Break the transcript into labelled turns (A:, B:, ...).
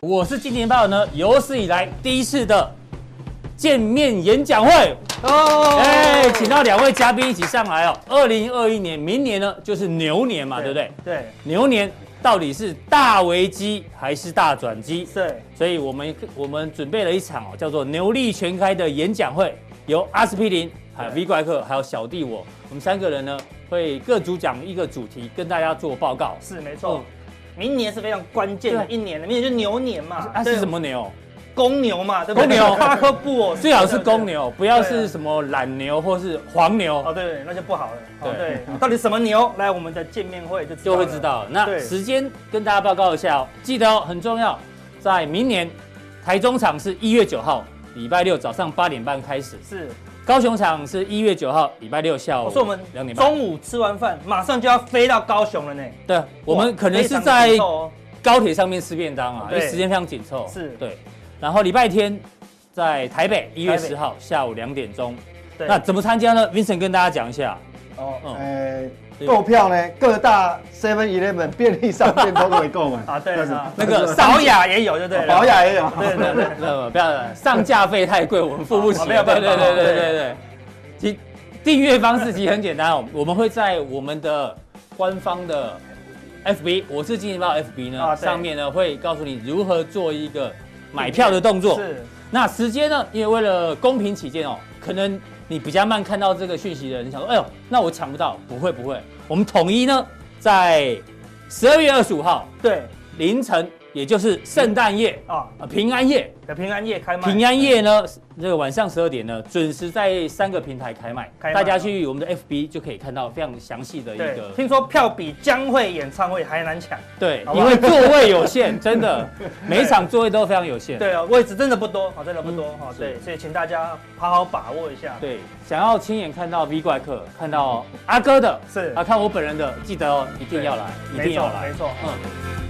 A: 我是金钱豹呢，有史以来第一次的见面演讲会。
B: 哦，
A: 哎、请到两位嘉宾一起上来哦。二零二一年，明年呢就是牛年嘛，对不对？
B: 对，
A: 牛年到底是大危机还是大转机？
B: 对，
A: 所以我们我们准备了一场哦，叫做牛力全开的演讲会，由阿司匹林、还有 V 怪客、还有小弟我，我们三个人呢会各主讲一个主题，跟大家做报告。
B: 是没错。明年是非常关键的
A: 哦对
B: 一年的，明年就是牛年嘛，
A: 啊，是什
B: 么
A: 么牛？
B: 公牛嘛，对不
A: 公
B: 对？
A: 牛
B: 夸克布哦，
A: 最好是公
B: 对。
A: 牛，不要
B: 对啊
A: 是什么懒牛或是黄牛
B: 对对哦，，对，那就不好了。哦
A: 对
B: 对， 到底什么牛？来，我们的见面会就
A: 就会
B: 了
A: 知。道。那
B: 对
A: 时间跟大家报告一下哦，记得哦，很重要，在明年台中场是一月九号，礼拜六早上八点半开始；
B: 是，
A: 高雄场是一月九号，礼拜六下午
B: 我哦说我们
A: 哦两点半。
B: 中午吃完饭，马上就要飞到高雄了呢。
A: 对，我们可能
B: 非
A: 是
B: 常
A: 在
B: 紧凑哦
A: 高铁上面吃便当啊，因
B: 对
A: 为时间非常紧凑。
B: 是
A: 对。然后礼拜天在台北一月
B: 台北
A: 十号下午两点钟。
B: 对
A: 那怎么参加呢？Vincent 跟大家讲一下。
B: 哦
A: 嗯
C: 呃，
A: 对
C: 购票呢，各大 Seven Eleven 便利商店都可以购买
B: 啊，对
C: 但是
B: 了，
A: 那个哦
B: 保雅也有，对不对？
C: 保，雅也有。
B: 对对对。
A: 呃，不要上架费太贵，我们付不起。
B: 哦没有办法
A: 对对对对对
B: 对
A: 对。其实订阅方式其实很简单哦，我们会在我们的官方的 FB，我是金钱豹 FB 呢、
B: 啊对
A: 上面呢会告诉你如何做一个买票的动作。
B: 是，
A: 那时间呢？因为为了公平起见哦，可能你比较慢看到这个讯息的人，想说，哎呦，那我抢不到。不会不会，我们统一呢，在十二月二十五号
B: 对
A: 凌晨，也就是圣诞夜、
B: 啊，
A: 啊平安夜、
B: 平安夜开卖，
A: 平安夜呢，这个晚上十二点呢，准时在三个平台开卖，
B: 开卖
A: 大家去我们的 FB 就可以看到非常详细的一
B: 对
A: 个，
B: 听说票比江蕙演唱会还难抢。
A: 对，
B: 好吧
A: 因为座位有限，真 的每一场座位都非常有限。
B: 对啊，位置真的不多，好，真的不多
A: 嗯
B: 哈。
A: 是
B: 对，所以请大家好好把握一下。
A: 对，想要亲眼看到 V 怪客，看到阿哥的，
B: 是
A: 啊啊，看我本人的，记得哦，一定要来，一
B: 没
A: 定要
B: 错，哦
A: 来
B: 没。错。
A: 嗯，